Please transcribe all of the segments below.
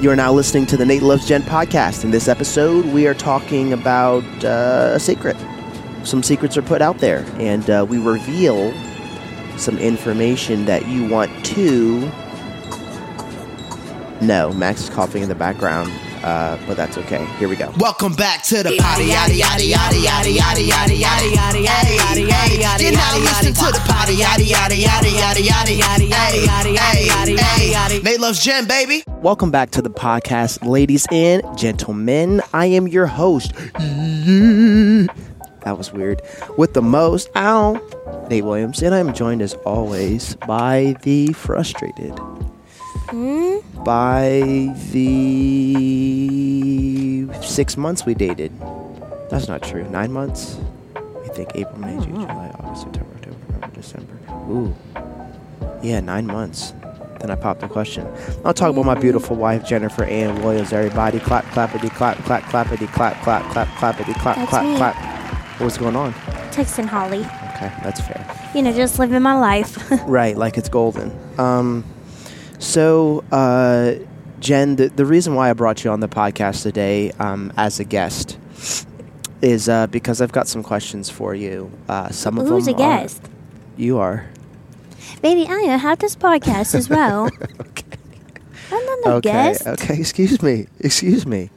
You are now listening to the Nate Loves Gen podcast. In this episode, we are talking about uh, a secret. Some secrets are put out there, and uh, we reveal some information that you want to. No, Max is coughing in the background, uh, but that's okay. Here we go. Welcome back to the potty, yaddy, yaddy, yaddy, yaddy, yaddy, yaddy, yaddy, yaddy, yaddy, yaddy, yaddy. You're now listening to the potty, yaddy, yaddy, yaddy, yaddy, yaddy, yaddy, yaddy, yaddy, yaddy, yaddy. Nate loves Jen, baby. Welcome back to the podcast, ladies and gentlemen. I am your host. That was weird. With the most, ow, Nate Williams, and I'm joined as always by the frustrated, by the six months we dated. That's not true. Nine months. I think April, May, June, Uh-huh. July, August, September, October, November, December. Ooh, yeah, nine months. Then I popped the question. I'll talk about my beautiful wife, Jennifer Ann Williams, everybody. Clap, clappity, clap, clap, clappity, clap, clap, clap, clappity, clap, That's clap, me. clap. What's going on? Texting Holly. Okay, that's fair. You know, just living my life. Right, like it's golden. Um, so, uh, Jen, the, the reason why I brought you on the podcast today um, as a guest is uh, because I've got some questions for you. Uh, some of Who's a them are- guest? you are. Baby, I have this podcast as well. Okay. I'm not a okay. guest. Okay. Excuse me. Excuse me.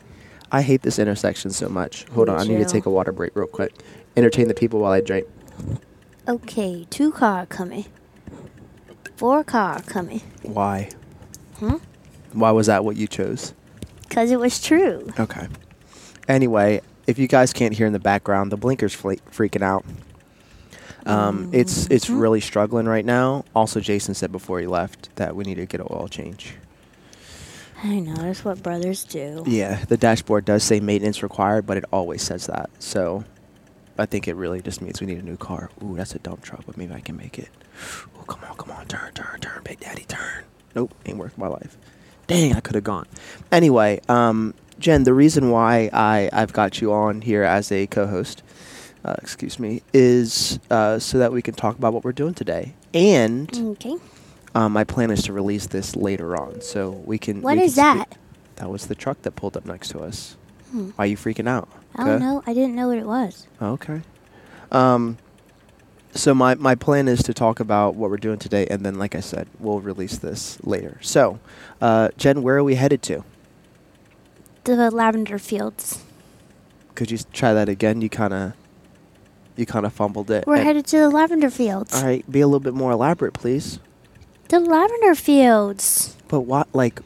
I hate this intersection so much. Hold Me on. I need to too. take a water break real quick. Entertain the people while I drink. Okay, two car coming. Four car coming. Why? Hmm? Why was that what you chose? Because it was true. Okay. Anyway, if you guys can't hear in the background, the blinker's fle- freaking out. Um, it's it's really struggling right now. Also, Jason said before he left that we need to get an oil change. I know, that's what brothers do. Yeah, the dashboard does say maintenance required, but it always says that. So I think it really just means we need a new car. Ooh, that's a dump truck, but maybe I can make it. Ooh, come on, come on, turn, turn, turn, Big Daddy, turn. Nope, ain't worth my life. Dang, I could have gone. Anyway, um, Jen, the reason why I, I've got you on here as a co host, uh, excuse me, is uh, so that we can talk about what we're doing today. And Okay. um, my plan is to release this later on, so we can. What we is can speak- that? that was the truck that pulled up next to us. Hmm. Why are you freaking out? I don't Okay. Oh, know. I didn't know what it was. Okay. Um, so my, my plan is to talk about what we're doing today, and then, like I said, we'll release this later. So, uh, Jen, where are we headed to? The lavender fields. Could you s- try that again? You kind of, you kind of fumbled it. We're And- headed to the lavender fields. Uh, All right, be a little bit more elaborate, please. The lavender fields. But what, like,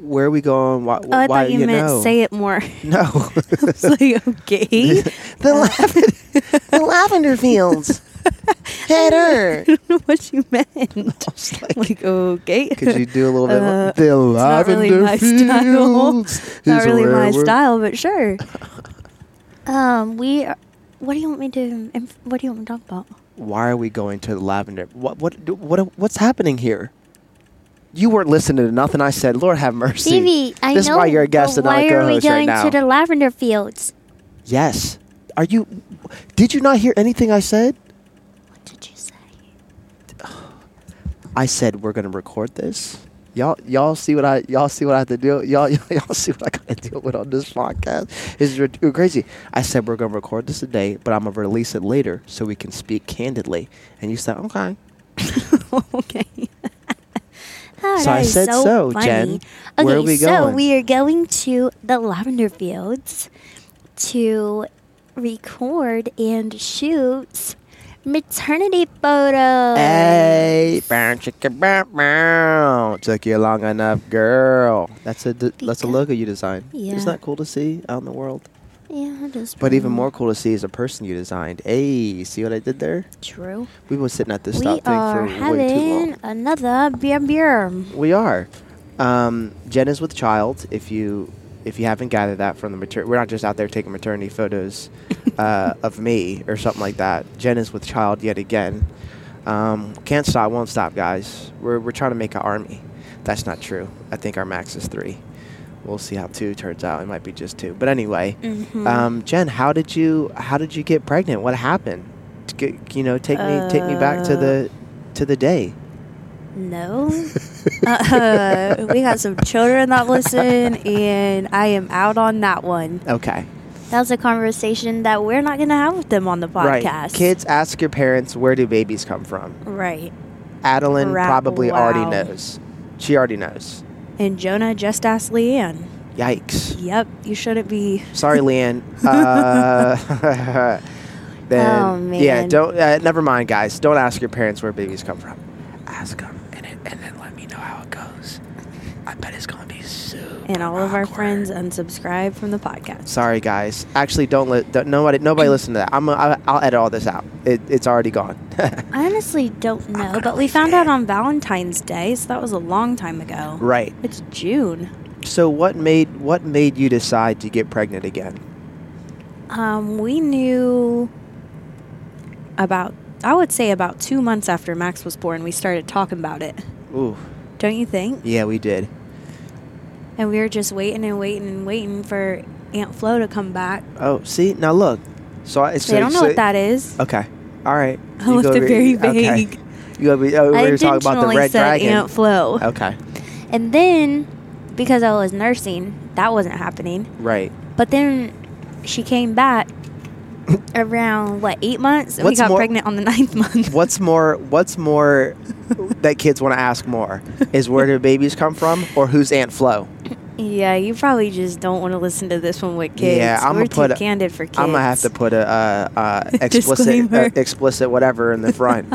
where are we going? Why? oh, I why thought you, you meant know? say it more. No. I was like, okay. Uh, the, lavender, the lavender fields. Header. I don't know what you meant. I was like, like okay. Could you do a little bit? more? Uh, the not lavender really my style. fields. Not is really where my we're- style, but sure. um, we. Are, what do you want me to? inf- What do you want me to talk about? Why are we going to the lavender? What what what what's happening here? You weren't listening to nothing I said. Lord have mercy. Stevie, I this know. is why you're a but guest and not why a are we co-host right going now. to the lavender fields? yes. Are you? Did you not hear anything I said? What did you say? I said we're gonna record this. Y'all, y'all see what I y'all see what I have to deal. Y'all, y'all see what I gotta deal with on this podcast. It's rid- crazy. I said we're gonna record this today, but I'm gonna release it later so we can speak candidly. And you said okay. okay. Oh, So that I is said so, funny. Jen. Okay, Where are we so going? we are going to the lavender fields to record and shoot maternity photos. Hey, bow, chicka, bow, bow. took you long enough, girl. That's a d- that's a Because- logo you designed. Yeah. Isn't that cool to see out in the world? Yeah, it is. But even pretty more cool to see is a person you designed. Hey, see what I did there? true. We've been sitting at this We stop thing are for way too long. having another beer beer. We are. Um, Jen is with child. If you if you haven't gathered that from the mater, we're not just out there taking maternity photos uh, of me or something like that. Jen is with child yet again. Um, can't stop, won't stop, guys. We're we're trying to make an army. That's not true. I think our max is three. We'll see how two turns out. It might be just two. But anyway, um, Jen, how did you how did you get pregnant? What happened? T- g- You know, take me take me back to Uh, the to the day. No. uh, we got some children that listen, and I am out on that one. Okay. That was a conversation that we're not going to have with them on the podcast. Right. Kids ask your parents, where do babies come from? Right. Adeline Ra- probably already wow. knows. She already knows. And Jonah just asked Leanne. Yikes. Yep, you shouldn't be. Sorry, Leanne. Uh, then, Oh, Yeah, man. don't, uh, never mind, guys. Don't ask your parents where babies come from. Ask them, and, it, and then let me know how it goes. I bet it's going to be super And all of our awkward. friends unsubscribe from the podcast. Sorry, guys. Actually, don't let don't, nobody nobody listen to that. I'm I, I'll edit all this out. It, it's already gone. I honestly don't know, gonna but we leave found it. out on Valentine's Day, so that was a long time ago. right. It's June. So what made what made you decide to get pregnant again? Um, we knew about, I would say about two months after Max was born, we started talking about it. Ooh, Don't you think? yeah, we did. And we were just waiting and waiting and waiting for Aunt Flo to come back. Oh, see now look. So I so, they don't know so- what that is. Okay, all right. I left it very Okay. vague. You go, over- oh, I we were talking about the intentionally red said dragon. Aunt Flo. okay, And then, because I was nursing, that wasn't happening. right. But then she came back around, what, eight months? And What's we got more- pregnant on the ninth month. What's more? What's more? that kids want to ask more is where do babies come from or who's Aunt Flo? yeah, you probably just don't want to listen to this one with kids. Yeah, I'ma We're put too a- candid for kids. I'm gonna have to put a uh, uh, explicit, Disclaimer. uh, explicit, whatever in the front.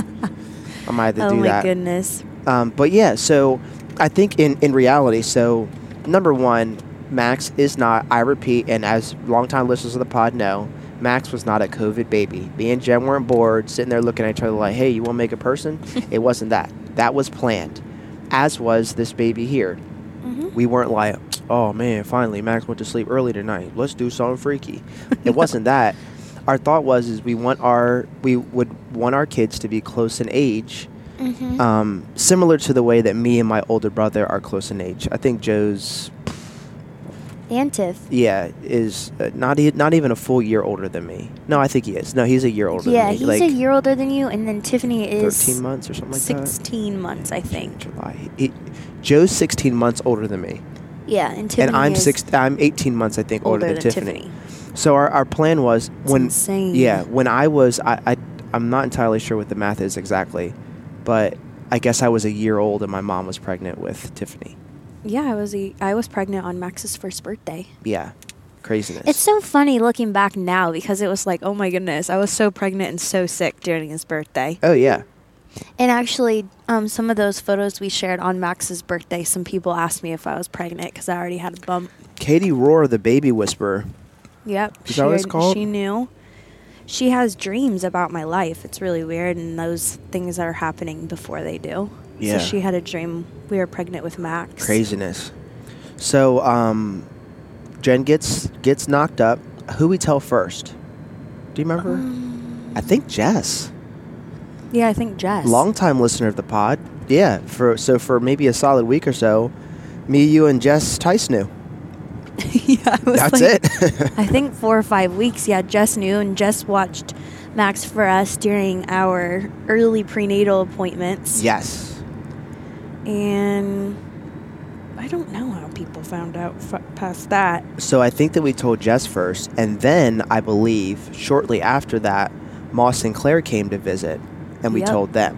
I might have to Oh do my that. goodness. Um, but yeah, so I think in in reality, so number one, Max is not. I repeat, and as longtime listeners of the pod know, Max was not a COVID baby. Me and Jen weren't bored, sitting there looking at each other like, "Hey, you want to make a person?" it wasn't that. That was planned, as was this baby here. We weren't like, "Oh man, finally Max went to sleep early tonight. Let's do something freaky." It wasn't that. Our thought was is we want our we would want our kids to be close in age Mm-hmm. um, similar to the way that me and my older brother are close in age. I think Joe's Antiff. yeah is uh, not e- not even a full year older than me. No, I think he is. No, he's a year older. Yeah, than me. he's like a year older than you, and then Tiffany is thirteen months or something like that. 16 months, I think. July. He- Joe's sixteen months older than me, Yeah, and Tiffany and I'm is six. I'm eighteen months, I think, older, older than, Tiffany. So our, our plan was It's when insane. yeah when I was I, I I'm not entirely sure what the math is exactly, but I guess I was a year old and my mom was pregnant with Tiffany. Yeah, I was a, I was pregnant on Max's first birthday. Yeah, craziness. It's so funny looking back now because it was like, oh my goodness, I was so pregnant and so sick during his birthday. Oh yeah. And actually, um, some of those photos we shared on Max's birthday, some people asked me if I was pregnant because I already had a bump. Katie Rohr, the baby whisperer. Yep, Is that what it's had- called? she knew. She has dreams about my life. It's really weird, and those things are happening before they do. Yeah. So she had a dream we were pregnant with Max. Craziness. So um Jen gets gets knocked up. Who we tell first? Do you remember? Um, I think Jess. Yeah, I think Jess. Longtime listener of the pod. Yeah. For so for maybe a solid week or so, me, you and Jess Tice knew. yeah, I was That's like- it. I think four or five weeks. Yeah, Jess knew and Jess watched Max for us during our early prenatal appointments. yes. And I don't know how people found out f- past that. So I think that we told Jess first, and then I believe shortly after that, Moss and Claire came to visit and we Yep. told them.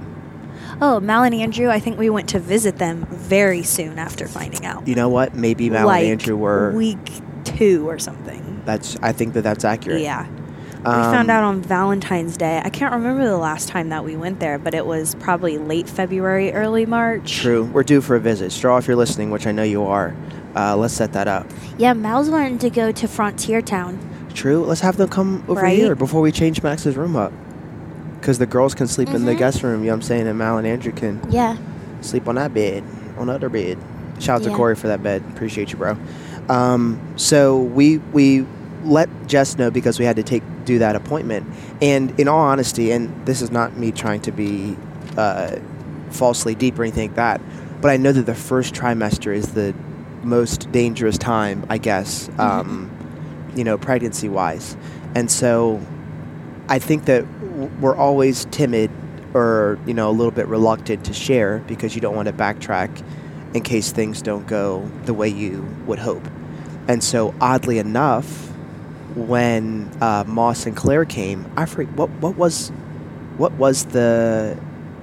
Oh, Mal and Andrew, I think we went to visit them very soon after finding out. You know what? Maybe Mal like and Andrew were. week two or something. that's. I think that that's accurate. Um, Yeah. we we found out on Valentine's Day. I can't remember the last time that we went there, but it was probably late February, early March. True. We're due for a visit. Straw, if you're listening, which I know you are, uh, let's set that up. Yeah, Mal's wanting to go to Frontier Town. True. Let's have them come over Right. here before we change Max's room up, because the girls can sleep in the Mhm. guest room. You know what I'm saying? And Mal and Andrew can Yeah. sleep on that bed, on the other bed. Shout out to Yeah. Corey for that bed. Appreciate you, bro. Um, so we we let Jess know because we had to take do that appointment. And in all honesty, and this is not me trying to be uh, falsely deep or anything like that, but I know that the first trimester is the most dangerous time, I guess, um, you know, pregnancy wise. And so I think that w- we're always timid or you know a little bit reluctant to share because you don't want to backtrack in case things don't go the way you would hope. And so, oddly enough, when uh, Moss and Claire came, I forget what what was what was the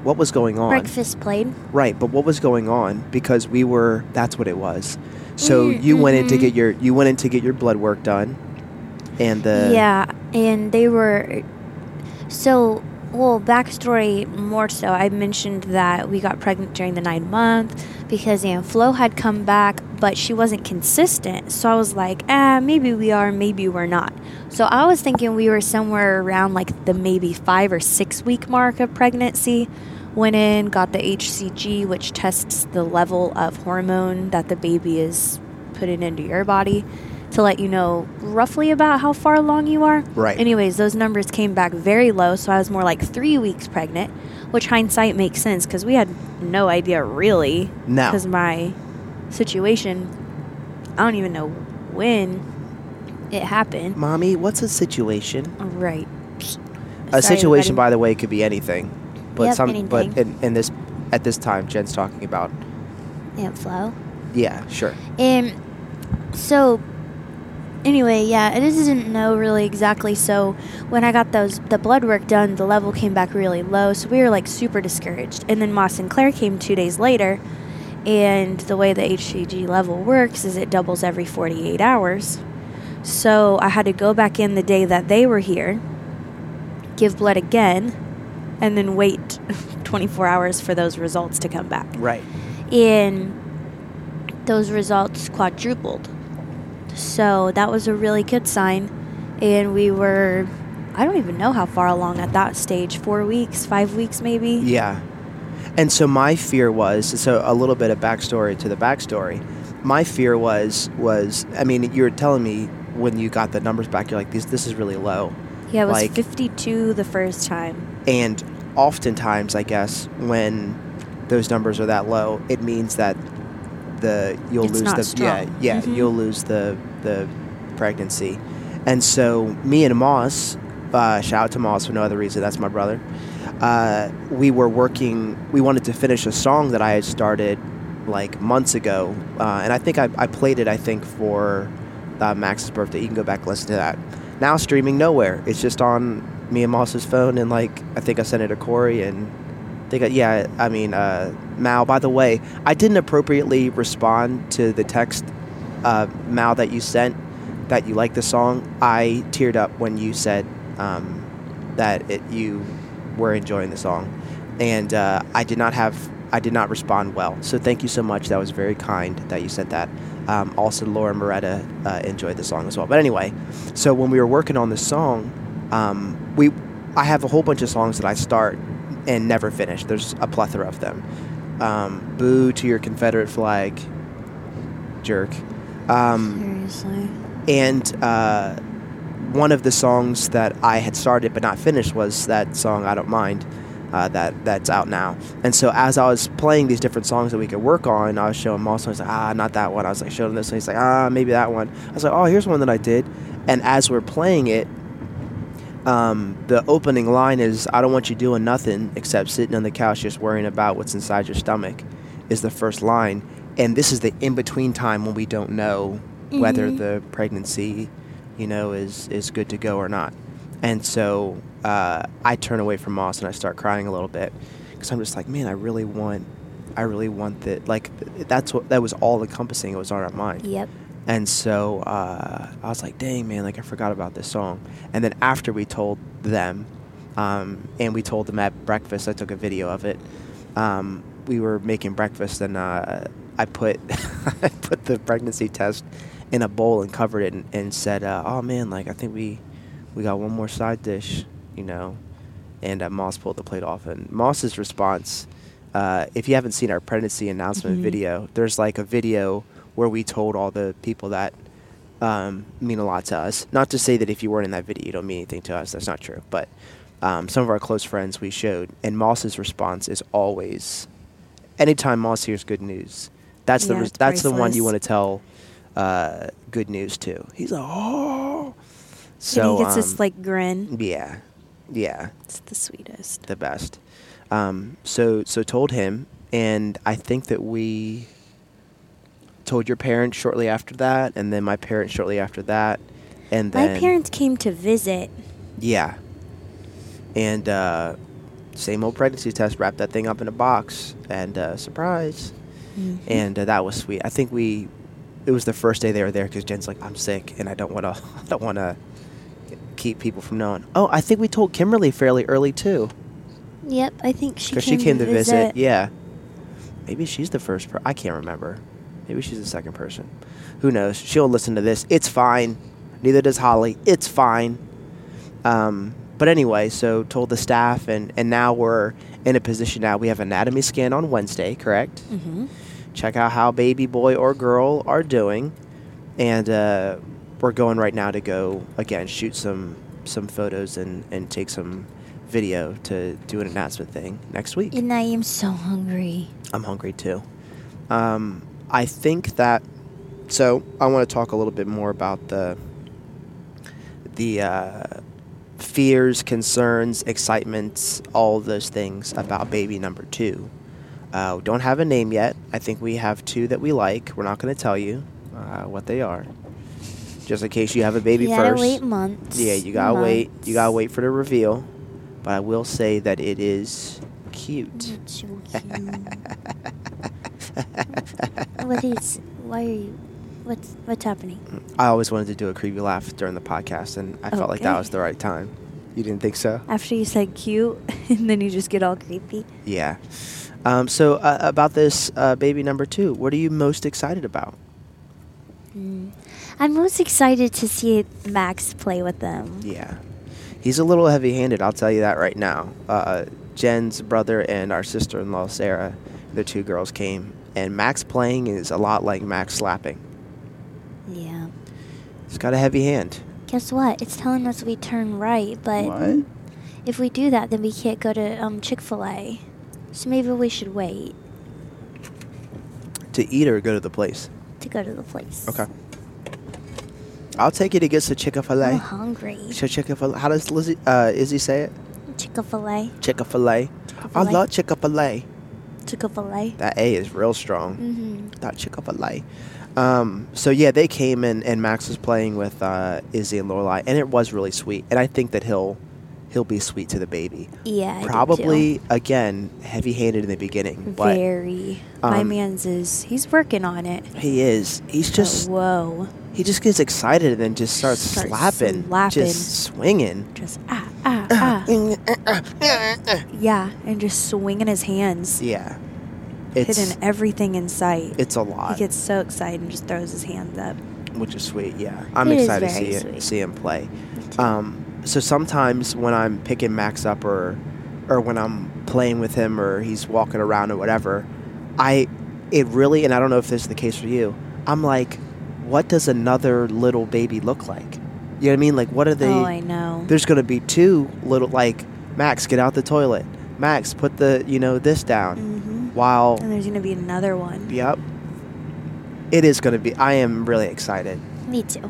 what was going on. Breakfast played. Right, but what was going on because we were that's what it was. So you went in to get your you went in to get your blood work done, and the yeah, and they were. So, well, backstory more so. I mentioned that we got pregnant during the nine month because Aunt Flo had come back, but she wasn't consistent. So I was like, ah, maybe we are, maybe we're not. So I was thinking we were somewhere around like the maybe five or six week mark of pregnancy. Went in, got the HCG, which tests the level of hormone that the baby is putting into your body to let you know roughly about how far along you are. Right. Anyways, those numbers came back very low, so I was more like three weeks pregnant, which hindsight makes sense because we had no idea really. No. Because my situation, I don't even know when it happened. mommy, what's a situation? Right. a situation, by the way, could be anything, but Yep, some but anything. in, in this at this time, Jen's talking about by Aunt Flo. yeah, sure, Um. So, anyway, yeah, I just didn't know really exactly. So when I got those the blood work done, the level came back really low. So we were like super discouraged. And then Moss and Claire came two days later, and the way the HCG level works is it doubles every 48 hours. So I had to go back in the day that they were here, give blood again, and then wait 24 hours for those results to come back right, and those results quadrupled. So that was a really good sign. And we were, I don't even know how far along at that stage four weeks, five weeks maybe. yeah. And so my fear was so a little bit of backstory to the backstory. My fear was was I mean you were telling me when you got the numbers back, you're like this this is really low, Yeah, it was Like- 52 the first time. and oftentimes I guess when those numbers are that low, it means that the you'll It's lose not the yeah strong. yeah Mhm. you'll lose the the pregnancy, and so me and Moss, uh, shout out to Moss for no other reason. That's my brother. Uh, we were working. We wanted to finish a song that I had started like months ago, uh, and I think I, I played it. I think for uh, Max's birthday. You can go back and listen to that. Now streaming nowhere. It's just on me and Moss's phone, and like I think I sent it to Corey and they got yeah. I mean, uh, Mal. By the way, I didn't appropriately respond to the text, uh, Mal, that you sent that you liked the song. I teared up when you said um, that it, you were enjoying the song, and uh, I did not have. I did not respond well. So thank you so much. That was very kind that you sent that. Um, also, Laura Moretta uh, enjoyed the song as well. But anyway, so when we were working on this song, um, we I have a whole bunch of songs that I start and never finish. There's a plethora of them. Um, boo to your Confederate flag, jerk. Um, Seriously. and uh, one of the songs that I had started but not finished was that song "I Don't Mind," uh, that that's out now. And so as I was playing these different songs that we could work on, I was showing him all songs. Like, ah, not that one. I was like showing him this one. He's like, ah, maybe that one. I was like, oh, here's one that I did. And as we're playing it, um, the opening line is, "I don't want you doing nothing except sitting on the couch just worrying about what's inside your stomach," is the first line. And this is the in between time when we don't know whether the pregnancy, you know, is is good to go or not. And so uh, I turn away from Moss and I start crying a little bit because I'm just like, man, I really want, I really want that. Like th- that's what that was all encompassing. It was on our mind. Yep. And so uh, I was like, dang, man, like I forgot about this song. And then after we told them, um, and we told them at breakfast, I took a video of it. Um, we were making breakfast, and uh, I put I put the pregnancy test in a bowl and covered it, and, and said, uh, oh man, like I think we we got one more side dish, you know. And uh, Moss pulled the plate off, and Moss's response uh, if you haven't seen our pregnancy announcement video, there's like a video where we told all the people that um, mean a lot to us. Not to say that if you weren't in that video, you don't mean anything to us. That's not true. But um, some of our close friends we showed, and Moss's response is always, anytime Moss hears good news, that's the Yeah, res- it's that's the one you priceless. want to tell uh, good news to. He's like, oh, so and he gets um, this like grin. yeah, yeah It's the sweetest. the best. Um, so so told him, and I think that we told your parents shortly after that, and then my parents shortly after that, and My then parents came to visit. yeah. And uh, same old pregnancy test, wrapped that thing up in a box, and uh, surprise. Mm-hmm. And uh, that was sweet. I think we, it was the first day they were there because Jen's like, I'm sick, and I don't want to, I don't want to keep people from knowing. Oh, I think we told Kimberly fairly early too, Yep, I think she came, because she came to, visit. Yeah. Maybe she's the first per I can't remember. Maybe she's the second person. Who knows? She'll listen to this. It's fine. Neither does Holly. It's fine. Um, but anyway, so told the staff, and, and now we're in a position now. We have anatomy scan on Wednesday, correct? Mm-hmm. Check out how baby boy or girl are doing, and uh, we're going right now to go again shoot some some photos and and take some video to do an announcement thing next week. And I am so hungry. I'm hungry too. Um, I think that. So I want to talk a little bit more about the the uh, fears, concerns, excitements, all those things about baby number two. Uh, we don't have a name yet. I think we have two that we like. We're not going to tell you uh, what they are, just in case you have a baby you gotta first. wait months. Yeah, you gotta wait. You gotta months. wait for the reveal. But I will say that it is cute. You're so cute. what is? Why are you? What's what's happening? I always wanted to do a creepy laugh during the podcast, and I felt like that Okay. was the right time. You didn't think so? After you said cute, and then you just get all creepy. Yeah. Um, so uh, about this uh, baby number two, what are you most excited about? I'm most excited to see Max play with them. Yeah, he's a little heavy-handed. I'll tell you that right now. Uh, Jen's brother and our sister-in-law Sarah, the two girls came, and Max playing is a lot like Max slapping. Yeah. He's got a heavy hand. Guess what? It's telling us we turn right, but if we do that, then we can't go to um, Chick Fil A. So maybe we should wait To eat or go to the place? to go to the place. Okay. I'll take you to get some Chick-fil-A. I'm hungry. So Chick-fil-A. How does Lizzie, uh, Izzy say it? Chick Fil A. Chick-fil-A. I Chick-fil-A. love Chick-fil-A. Chick Fil A. That A is real strong. Mhm. That Chick-fil-A. Um, so yeah, they came and, and Max was playing with uh, Izzy and Lorelai, and it was really sweet. And I think that he'll he'll be sweet to the baby. Yeah. I do Probably again heavy-handed in the too. beginning, but very. My Um, man's is he's working on it. he is. He's but just whoa, he just gets excited and then just starts, Starts slapping, slapping. just swinging. just ah ah ah. uh. yeah, and just swinging his hands, Yeah, it's hitting everything in sight. it's a He lot. gets so excited and just throws his hands up. which is sweet. Yeah, I'm It is excited to very see it, sweet. see him play. Um, so sometimes when I'm picking Max up or or when I'm playing with him or he's walking around or whatever, I it really and I don't know if this is the case for you. I'm like, what does another little baby look like? You know what I mean? Like, what are they? oh, I know. there's going to be two little like Max, get out the toilet. Max, put the you know this down. Mm-hmm. hmm While And there's gonna be another one. yep, it is going to be. I am really excited. Me too.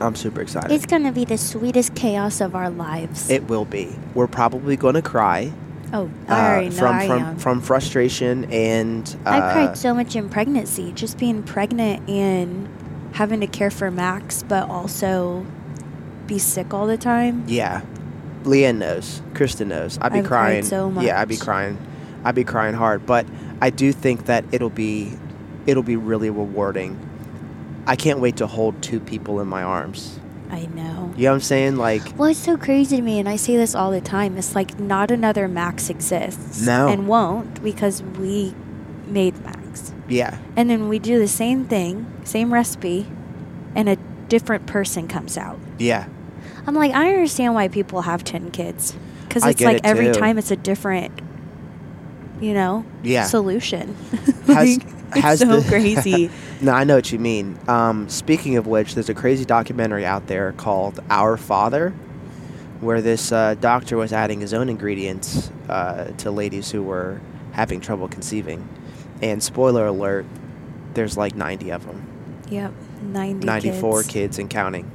I'm super excited. It's gonna be the sweetest chaos of our lives. It will be. We're probably going to cry Oh, uh, I already know from I from am. from frustration and. Uh, I cried so much in pregnancy, just being pregnant and having to care for Max, but also be sick all the time. Yeah, Leanne knows. Kristen knows. I'd be I've cried crying. so Yeah, I'd be much. crying. I'd be crying hard, but I do think that it'll be, it'll be really rewarding. I can't wait to hold two people in my arms. I know. You know what I'm saying? Like, well, it's so crazy to me, And I say this all the time. It's like not another Max exists. No. And won't because we made Max. yeah, And then we do the same thing, same recipe, and a different person comes out. yeah. I'm like, I understand why people have 10 kids. Because I it's get like it, every too. time it's a different, you know, Yeah. solution. Has- like, it's has so the- crazy. No, I know what you mean. Um, speaking of which, there's a crazy documentary out there called Our Father, where this uh, doctor was adding his own ingredients uh, to ladies who were having trouble conceiving. And spoiler alert, there's like 90 of them, Yep, 90 94 kids. kids. and counting.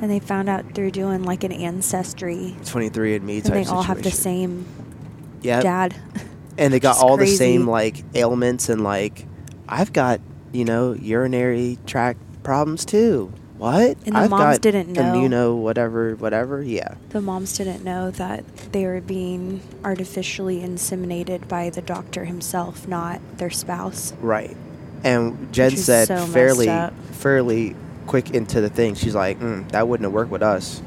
And they found out through doing like an ancestry, It's 23 and me and type they all have the situation. same Yeah. dad. and they got It's all crazy. the same like ailments and like I've got you know urinary tract problems too. What? And the I've moms got didn't know. Immuno whatever whatever. Yeah. The moms didn't know that they were being artificially inseminated by the doctor himself, not their spouse. Right. And Jen is said so messed fairly up. fairly quick into the thing. She's like, mm, that wouldn't have worked with us.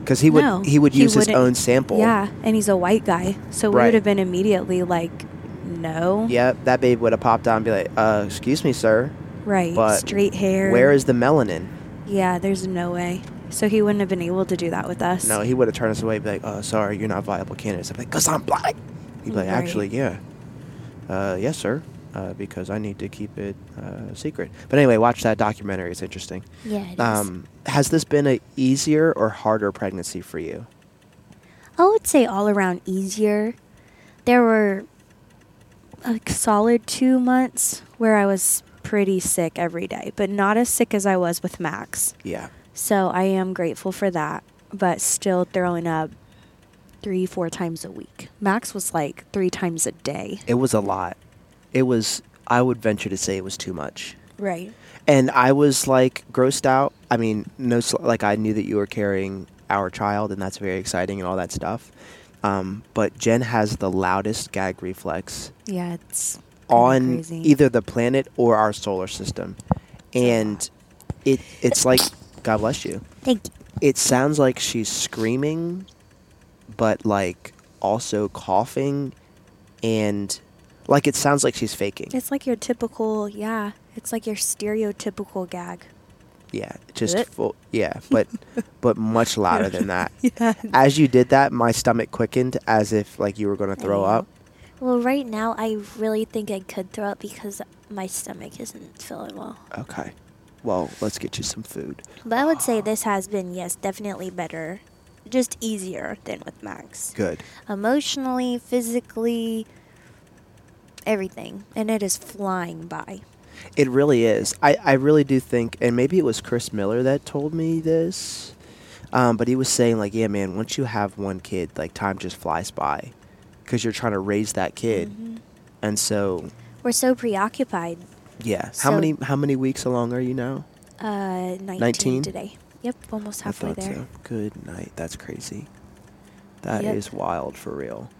Because he would No, he would he use his wouldn't- own sample. Yeah, and he's a white guy, so we Right. would have been immediately like, no, Yeah, that babe would have popped out and be like, uh, excuse me, sir, right, but straight hair. where is the melanin? Yeah, there's no way. So he wouldn't have been able to do that with us. No, he would have turned us away and be like, oh, sorry, you're not viable candidates. I'd be like, because I'm black. He'd be like, Right. actually, yeah. Uh, yes, sir, uh, because I need to keep it uh, secret. But anyway, watch that documentary. It's interesting. Yeah. It is. Um, has this been a easier or harder pregnancy for you? I would say all around easier. There were a solid two months where I was pretty sick every day, but not as sick as I was with Max. Yeah. So I am grateful for that, but still throwing up three, four times a week. Max was like three times a day. It was a lot. It was, I would venture to say it was too much. Right. And I was like grossed out. I mean, no, sl- like I knew that you were carrying our child, and that's very exciting and all that stuff. Um, but Jen has the loudest gag reflex Yeah, it's kinda on crazy. either the planet or our solar system, and it it's like God bless you. Thank you. It sounds like she's screaming, but like also coughing, and like it sounds like she's faking. It's like your typical, yeah, it's like your stereotypical gag. Yeah, just Blech. full. Yeah, but but much louder than that. Yeah. As you did that, my stomach quickened as if like you were going to throw know. up. Well, right now I really think I could throw up because my stomach isn't feeling well. Okay. Well, let's get you some food. But I would Ah. say this has been yes, definitely better, just easier than with Max. Good. Emotionally, physically, everything, and it is flying by. It really is. I, I really do think, and maybe it was Chris Miller that told me this, um, but he was saying, like, yeah, man, once you have one kid, like, time just flies by because you're trying to raise that kid. And so, We're so preoccupied. yeah. How So- many how many weeks along are you now? Uh, 19, 19? today. Yep, almost halfway there. Good night. That's crazy. That is Yep. wild for real.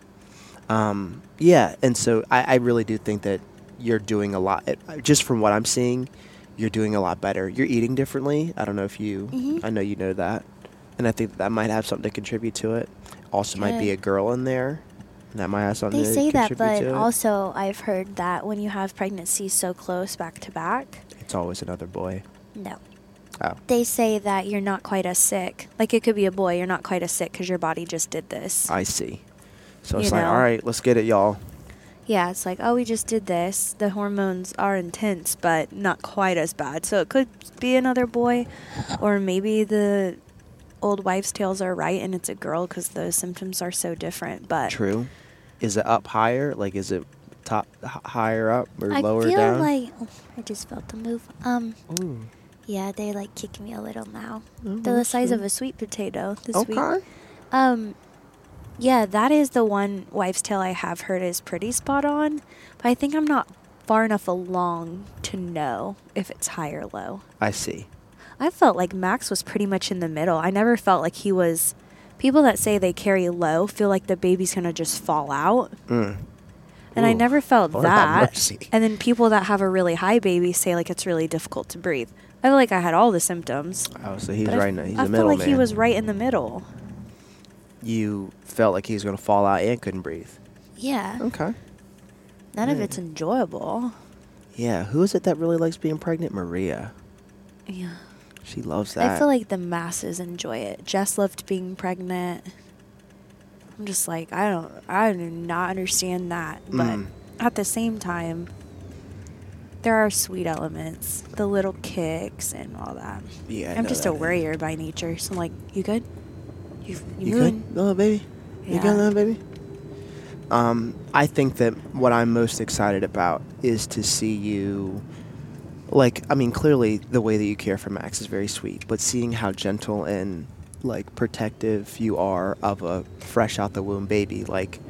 Um, yeah, and so I, I really do think that you're doing a lot. Just from what I'm seeing, you're doing a lot better. You're eating differently. I don't know if you. Mm-hmm. I know you know that, and I think that might have something to contribute to it. Also, might be Good. a girl in there, and that might have something. They to say that, contribute but to it. also I've heard that when you have pregnancies so close back to back, it's always another boy. no. Oh, They say that You're not quite as sick. Like it could be a boy, you're not quite as sick because your body just did this. I see. So You it's like, know. all right, let's get it, y'all. Yeah, it's like, oh, we just did this. The hormones are intense, but not quite as bad. So it could be another boy, or maybe the old wives' tales are right and it's a girl because those symptoms are so different. But True. Is it up higher? Like, is it top h- higher up or I lower feel down? like oh, I just felt the move. Um, Ooh, yeah, they like kick me a little now. Oh, They're the that's size of good. a sweet potato this okay. week. um, yeah, that is the one wives' tale I have heard is pretty spot on. But I think I'm not far enough along to know if it's high or low. I see. I felt like Max was pretty much in the middle. I never felt like he was. People that say they carry low feel like the baby's gonna just fall out, Mm. and I Ooh, never felt Lord have that. mercy. And then people that have a really high baby say like it's really difficult to breathe. I feel like I had all the symptoms. Oh, so he's but I- right now. He's I a felt middle like man. he was right in the middle. You felt like he was going to fall out and couldn't breathe. Yeah, Okay. None of Yeah. it's enjoyable. Yeah. Who is it that really likes being pregnant? Maria. Yeah, She loves that. I feel like the masses enjoy it. Jess loved being pregnant. I'm just like I don't, I do not understand that, but Mm. at the same time, there are sweet elements, the little kicks and all that. Yeah, I I'm know just that a is. worrier by nature, so I'm like, you good? You, you, You moving? good, little baby? You Yeah. good, little baby? Um, I think that what I'm most excited about is to see you. Like, I mean, clearly the way that you care for Max is very sweet, but seeing how gentle and like protective you are of a fresh out the womb baby, like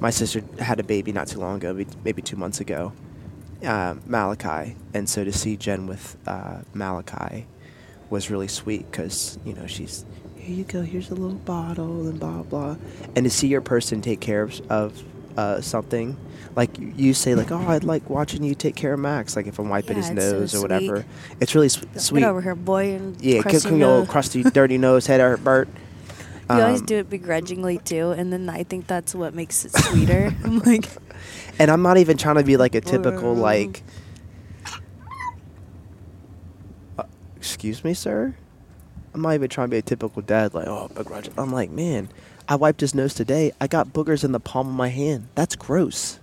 my sister had a baby not too long ago, be- maybe two months ago, uh, Malachi, and so to see Jen with uh, Malachi was really sweet because you know she's here you go here's a little bottle and blah blah and to see your person take care of, of uh, something like you- you say like oh i'd like watching you take care of max like if i'm wiping Yeah, his it's so nose or sweet. whatever it's really s- sweet Get over here, boy. And yeah kick crusty him your old nose. crusty dirty nose head hurt bert You always Um, do it begrudgingly too, and then I think that's what makes it sweeter. I'm like, And I'm not even trying to be like a typical Brrr. like. Uh, excuse me, sir. I'm not even trying to be a typical dad. Like, oh, begrudge. I'm like, man, I wiped his nose today. I got boogers in the palm of my hand. That's gross.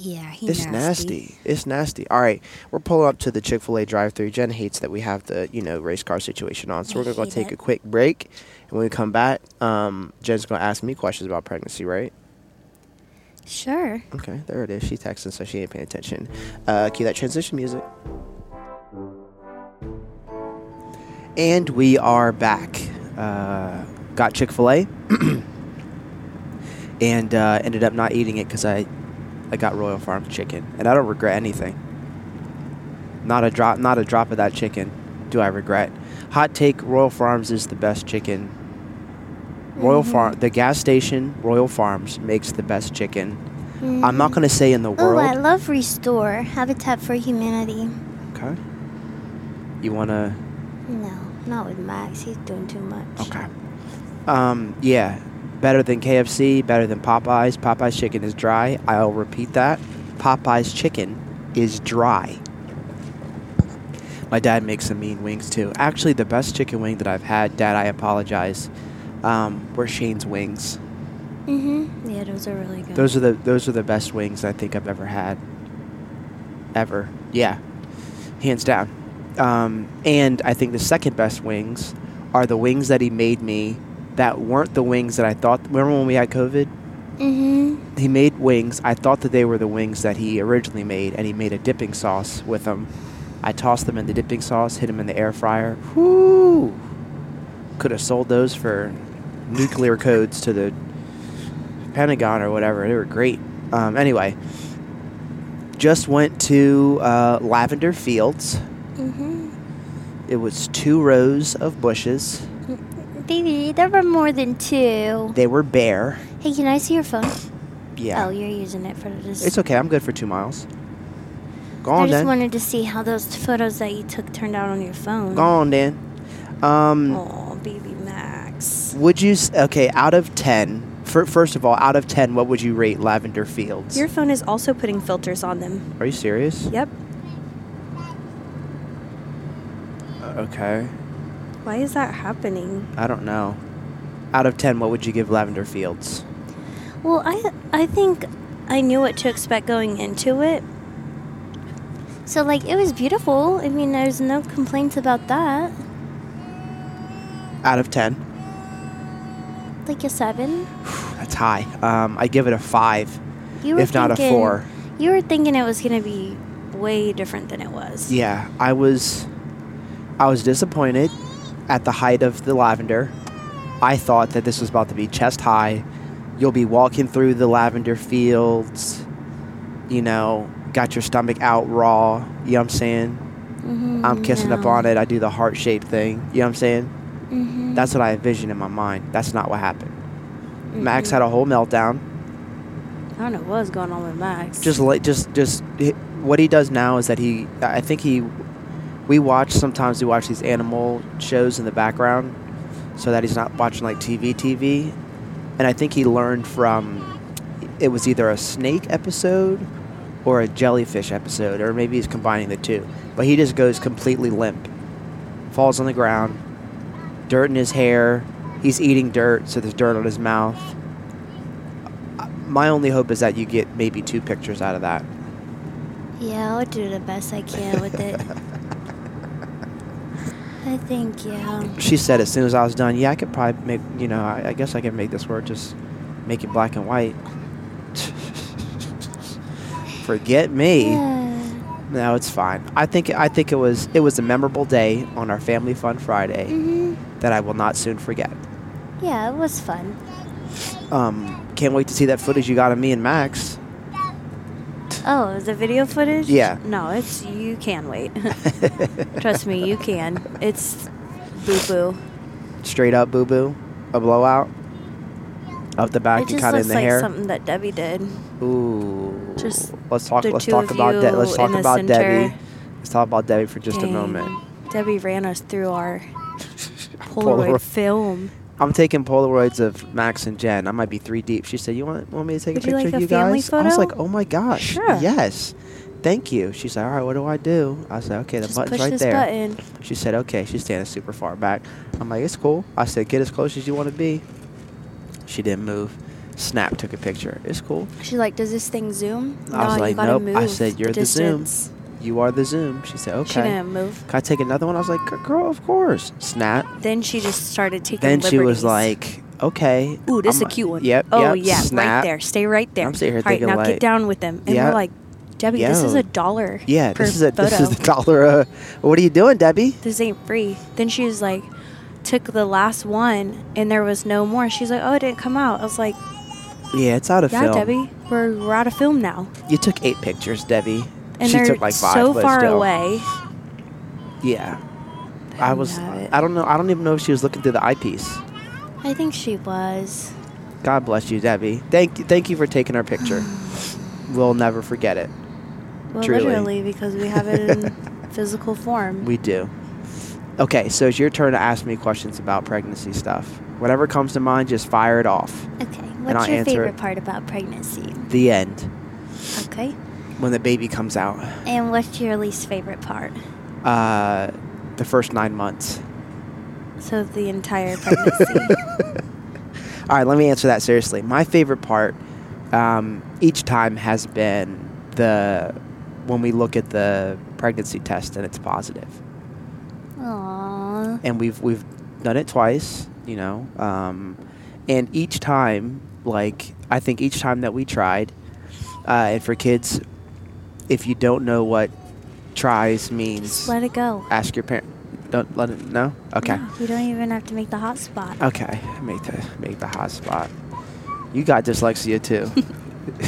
Yeah, he It's nasty. It's nasty. All right, we're pulling up to the Chick Fil A drive-through. Jen hates that we have the you know race car situation on, so I we're gonna go hate take it. a quick break. And when we come back, um, Jen's gonna ask me questions about pregnancy, right? Sure. Okay, there it is. She's texting, so she ain't paying attention. Uh, cue that transition music. And we are back. Uh, got Chick fil A and uh, ended up not eating it because I, I got Royal Farms chicken. And I don't regret anything. Not a drop, not a drop of that chicken do I regret. Hot take Royal Farms is the best chicken. Royal Mm-hmm. Farm, the gas station, Royal Farms makes the best chicken. I'm not going to say in the Oh, I world. love Restore Habitat for Humanity. okay. You want to. No, not with Max. He's doing too much. Okay. Um, yeah. Better than KFC, better than Popeyes. Popeye's chicken is dry. I'll repeat that. Popeye's chicken is dry. My dad makes some mean wings too. Actually, the best chicken wing that I've had, Dad, I apologize, um, were Shane's wings. Mhm. Yeah, those are really good. Those are the those are the best wings I think I've ever had. Ever, yeah, hands down. Um, and I think the second best wings are the wings that he made me that weren't the wings that I thought. Remember when we had COVID? Mhm. He made wings. I thought that they were the wings that he originally made, and he made a dipping sauce with them. I tossed them in the dipping sauce, hit them in the air fryer. Whoo! Could have sold those for nuclear codes to the Pentagon or whatever. They were great. Um, anyway, just went to uh, Lavender Fields. Mhm. It was two rows of bushes. Baby, there were more than two. They were bare. Hey, can I see your phone? Yeah. Oh, you're using it for this. It's okay. I'm good for two miles. Go I on just then. wanted to see how those photos that you took turned out on your phone. Go on then. Um, oh, baby Max. Would you s- okay? Out of ten, fir- first of all, out of ten, what would you rate Lavender Fields? Your phone is also putting filters on them. Are you serious? Yep. Uh, Okay, Why is that happening? I don't know. Out of ten, what would you give Lavender Fields? Well, I I think I knew what to expect going into it. So like it was beautiful. I mean, there's no complaints about that. Out of ten, Like a seven. that's high. Um, I give it a five, You were if not a thinking- four. You were thinking it was gonna be way different than it was. Yeah, I was, I was disappointed at the height of the lavender. I thought that this was about to be chest high. You'll be walking through the lavender fields, you know, got your stomach out raw. You know what I'm saying? Mm-hmm, I'm kissing up on it. I do the heart shaped thing. You know what I'm saying? Mm-hmm. That's what I envisioned in my mind. That's not what happened. Max had a whole meltdown. I don't know what's going on with Max. Just like just just he- what he does now is that he I think he we watch sometimes we watch these animal shows in the background so that he's not watching like TV TV. And I think he learned from it was either a snake episode or a jellyfish episode or maybe he's combining the two. But he just goes completely limp. Falls on the ground, dirt in his hair. He's eating dirt, so there's dirt on his mouth. Uh, My only hope is that you get maybe two pictures out of that. Yeah, I'll do the best I can with it. I think yeah. She said as soon as I was done, yeah, I could probably make, you know, I, I guess I could make this work, just make it black and white. Forget me. Yeah. No, it's fine. I think I think it was it was a memorable day on our family fun Friday hmm Mm-hmm. that I will not soon forget. Yeah, it was fun. Um, can't wait to see that footage you got of me and Max. Oh, is the video footage? Yeah. No, it's you can wait. Trust me, you can. It's boo boo. Straight up boo boo, a blowout. Up the back It and just kind of in looks the like hair. something that Debbie did. Ooh. Just let's talk. the Let's two talk of about that. Let's you talk in the about center. Debbie. Let's talk about Debbie for just Dang. a moment. Debbie ran us through our Polaroid, Polaroid. film. I'm taking Polaroids of Max and Jen. I might be three deep. She said, "You want want me to take Would a you picture like of a you family guys?" I was photo? like, "Oh my gosh, Sure. yes, thank you." She's like, "All right, what do I do?" I said, "Okay, the Just button's push right this there." button. She said, "Okay." She's standing super far back. I'm like, "It's cool." I said, "Get as close as you want to be." She didn't move. Snap took a picture. It's cool. She's like, "Does this thing zoom?" I was no, you like, gotta "Nope." move. I said, "You're the, Zoom. distance." You are the Zoom." She said, "Okay." She didn't move. Can I take another one? I was like, "Gir- girl, of course. Snap. Then she just started taking. Then she was liberties. like, okay. "Ooh, this is a I'm- cute one." Yep. Oh yep, yeah, right snap. there. Stay right there. I'm sitting here All right, thinking, now like, get down with them. And yeah. we're like, Debbie, this is Yo. a dollar. Yeah, per this is a photo. this is the dollar. Uh, what are you doing, Debbie? this ain't free. Then she was like, took the last one and there was no more. She's like, oh, it didn't come out. I was like, Yeah, it's out of yeah, film. Debbie, we're, we're out of film now. You took eight pictures, Debbie. And she they're took like five, so but far still. away. Yeah, I was. Love it. I don't know. I don't even know if she was looking through the eyepiece. I think she was. God bless you, Debbie. Thank you. Thank you for taking our picture. we'll never forget it. Well, Truly. literally, because we have it in physical form. We do. Okay, so it's your turn to ask me questions about pregnancy stuff. Whatever comes to mind, just fire it off. Okay. I'll What's your answer favorite it. part about pregnancy? The end. Okay. When the baby comes out. And what's your least favorite part? Uh, the first nine months. so the entire pregnancy. All right, let me answer that seriously. My favorite part um, each time has been the when we look at the pregnancy test and it's positive, Aww. and we've we've done it twice, you know, um, and each time, like I think each time that we tried, uh, and for kids, if you don't know what tries means, Just let it go. ask your parent. Don't let it know. Uh, Okay. Um, No, you don't even have to make the hot spot. Okay, make the make the hot spot. You got dyslexia too.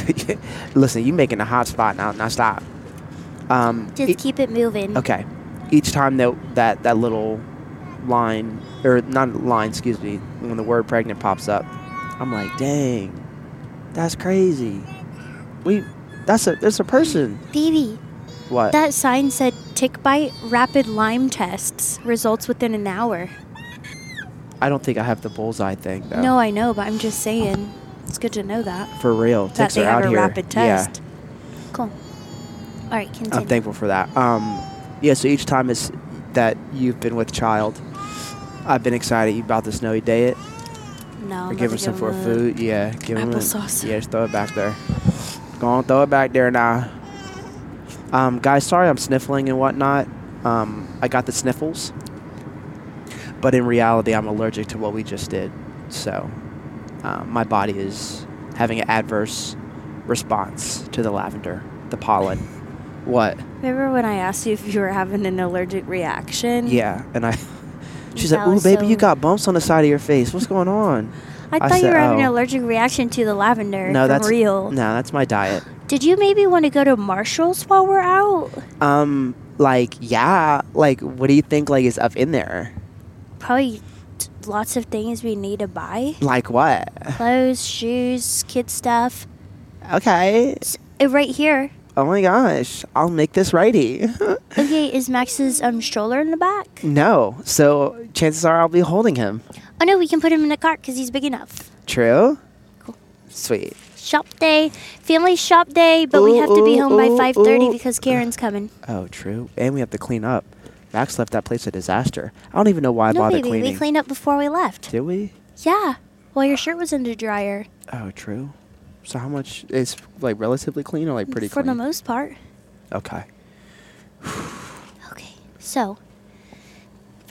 Listen, you making the hot spot now. Now stop. Um, Just e- keep it moving. okay. Each time that that that little line or not line, excuse me, when the word pregnant pops up, I'm like, dang, that's crazy. We that's a there's a person. Baby, What? that sign said tick bite rapid Lyme tests. Results within an hour. I don't think I have the bullseye thing though. no, I know, but I'm just saying. It's good to know that. for real, That ticks they are out have a here. rapid Yeah. test. Cool. All right, continue. I'm thankful for that. Um, yeah, so each time is that you've been with child, I've been excited. You about to snowy day it No. I'm Oh, or about give to her some him for a- food. Yeah, give him a- applesauce. Yeah, just throw it back there. Go on, throw it back there now. Um, guys, sorry I'm sniffling and whatnot. Um, I got the sniffles, but in reality, I'm allergic to what we just did. So, um, my body is having an adverse response to the lavender, the pollen. What? Remember when I asked you if you were having an allergic reaction? Yeah, and I. She's That like, "Ooh, was baby, you so- got bumps on the side of your face. What's going on?" I I thought you said, were having an "Oh." allergic reaction to the lavender. no, from that's real. No, that's my diet. Did you maybe want to go to Marshalls while we're out? Um, like, yeah, like, what do you think? Like, is up in there? Probably t- lots of things we need to buy Like what? clothes, shoes, kid stuff. Okay. S- uh, right here. Oh my gosh, I'll make this righty. Okay, is Max's um, stroller in the back? no, so chances are I'll be holding him. Oh no, we can put him in the cart because he's big enough. True. Cool. Sweet. Shop day, family shop day, but we Ooh, have to be ooh, home by ooh, 5:30 ooh. because Karen's coming. Oh, true. And we have to clean up. Max left that place a disaster. I don't even know why I no, bother baby, cleaning. we cleaned up before we left. Did we? Yeah, while your shirt was in the dryer. Oh, true. So how much is like relatively clean or like pretty for the clean? most part. okay. Okay, so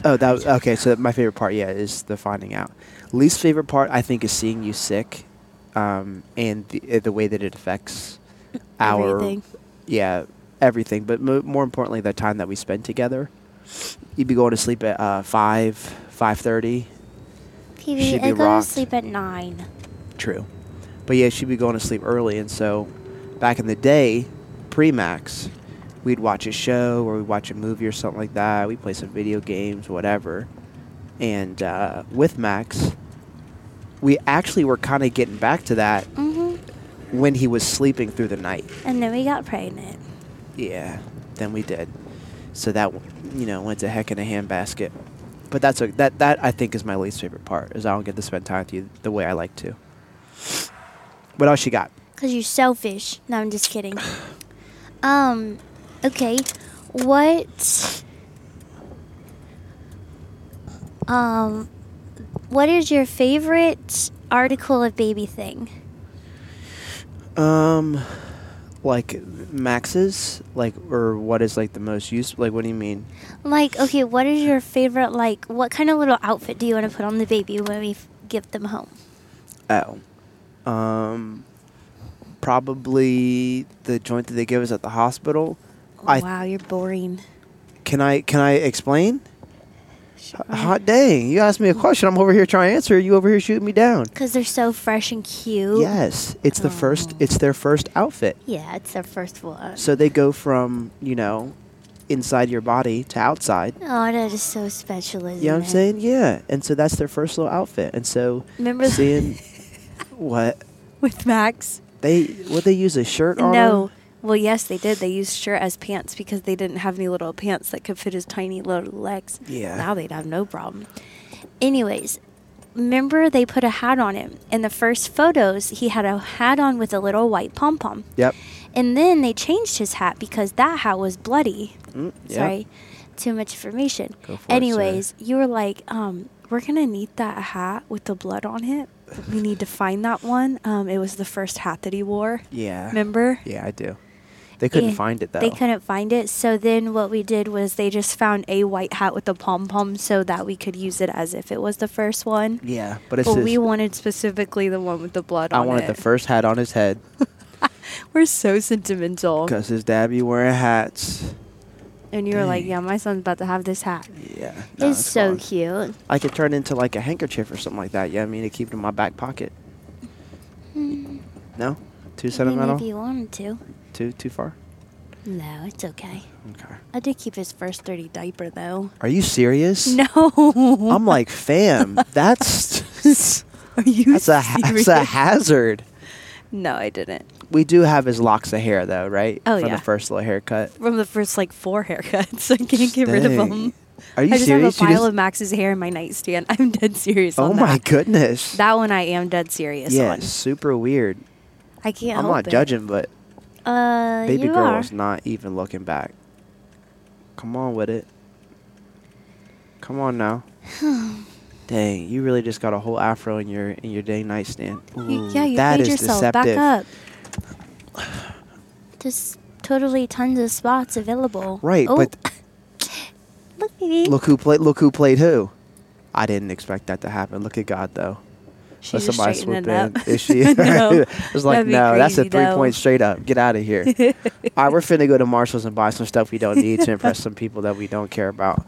Oh, that was, okay. So my favorite part, yeah, is the finding out. Least favorite part, I think, is seeing you sick, um, and the, uh, the way that it affects our Everything. yeah everything. But mo- more importantly, the time that we spend together. You'd be going to sleep at uh, five, five thirty. PV, She'd be I go rocked. to sleep at nine. True. But yeah, she'd be going to sleep early, and so back in the day, pre-max, we'd watch a show or we'd watch a movie or something like that. We'd play some video games, whatever. And uh, with Max, we actually were kind of getting back to that hmm when he was sleeping through the night. And then we got pregnant. Yeah, then we did. So that you know went to heck in a handbasket. But that's a, that that I think is my least favorite part is I don't get to spend time with you the way I like to. What else you got? Cause you're selfish. No, I'm just kidding. Um, okay. What? Um, what is your favorite article of baby thing? Um, like maxes, like or what is like the most use? Like what do you mean? Like, okay, what is your favorite? Like, what kind of little outfit do you want to put on the baby when we f- get them home? Oh, um, probably the joint that they give us at the hospital. I- wow, you're boring. Can I can I explain? Hot dang! You asked me a question. I'm over here trying to answer. You over here shooting me down. Cause they're so fresh and cute. Yes, it's the first. Oh. It's their first outfit. Yeah, it's their first one. So they go from you know, inside your body to outside. oh, that is so special, isn't You know what I'm it? saying? Yeah. And so that's their first little outfit. And so Remember the- seeing what With Max? they what they use a shirt on. No. them? Well, yes, they did. They used shirt as pants because they didn't have any little pants that could fit his tiny little legs. Yeah. Now they'd have no problem. Anyways, remember they put a hat on him. In the first photos, he had a hat on with a little white pom pom. Yep. And then they changed his hat because that hat was bloody. Mm, yep. Sorry, too much information. Go for it, Anyways, you were like, um, We're going to need that hat with the blood on it. We need to find that one. Um, it was the first hat that he wore. Yeah. Remember? Yeah, I do. They couldn't Yeah, find it though. They couldn't find it. So then what we did was they just found a white hat with a pom pom so that we could use it as if it was the first one. Yeah, but it's But just, we wanted specifically the one with the blood I on wanted it. the first hat on his head We're so sentimental. because his dad be wearing hats. And you were like, Dang. yeah, my son's about to have this hat. Yeah, no, It's so gone. cute. I could turn into like a handkerchief or something like that. Yeah, I mean to keep it in my back pocket. No, too I mean, if sentimental. you wanted to. Too too far. No, it's okay. Okay. I did keep his first dirty diaper, though. Are you serious? No. I'm like, fam, that's Are you that's a ha- that's a serious? hazard. No, I didn't. We do have his locks of hair though, right? Oh, From yeah. the first little haircut. From the first, like, four haircuts. I can't get rid of Dang. them. Are I you just serious? have a You pile just- of Max's hair in my nightstand. I'm dead serious oh on my that. goodness. That one I am dead serious yeah, on. super weird. I can't I'm help not it. judging, but Uh, baby you girl are. is not even looking back. Come on with it. Come on now. Dang, you really just got a whole afro in your in your day nightstand. You- Ooh, yeah, you that paid is yourself. deceptive. Back up. There's totally tons of spots available. Right, Oh, but look, baby. look who played look who played who. I didn't expect that to happen. Look at God though. She Let just somebody straightened swoop it in. up. Is she? No, it's like, that'd be no, that's a crazy, three though. point straight up. Get out of here. All right, we're finna go to Marshall's and buy some stuff we don't need to impress some people that we don't care about.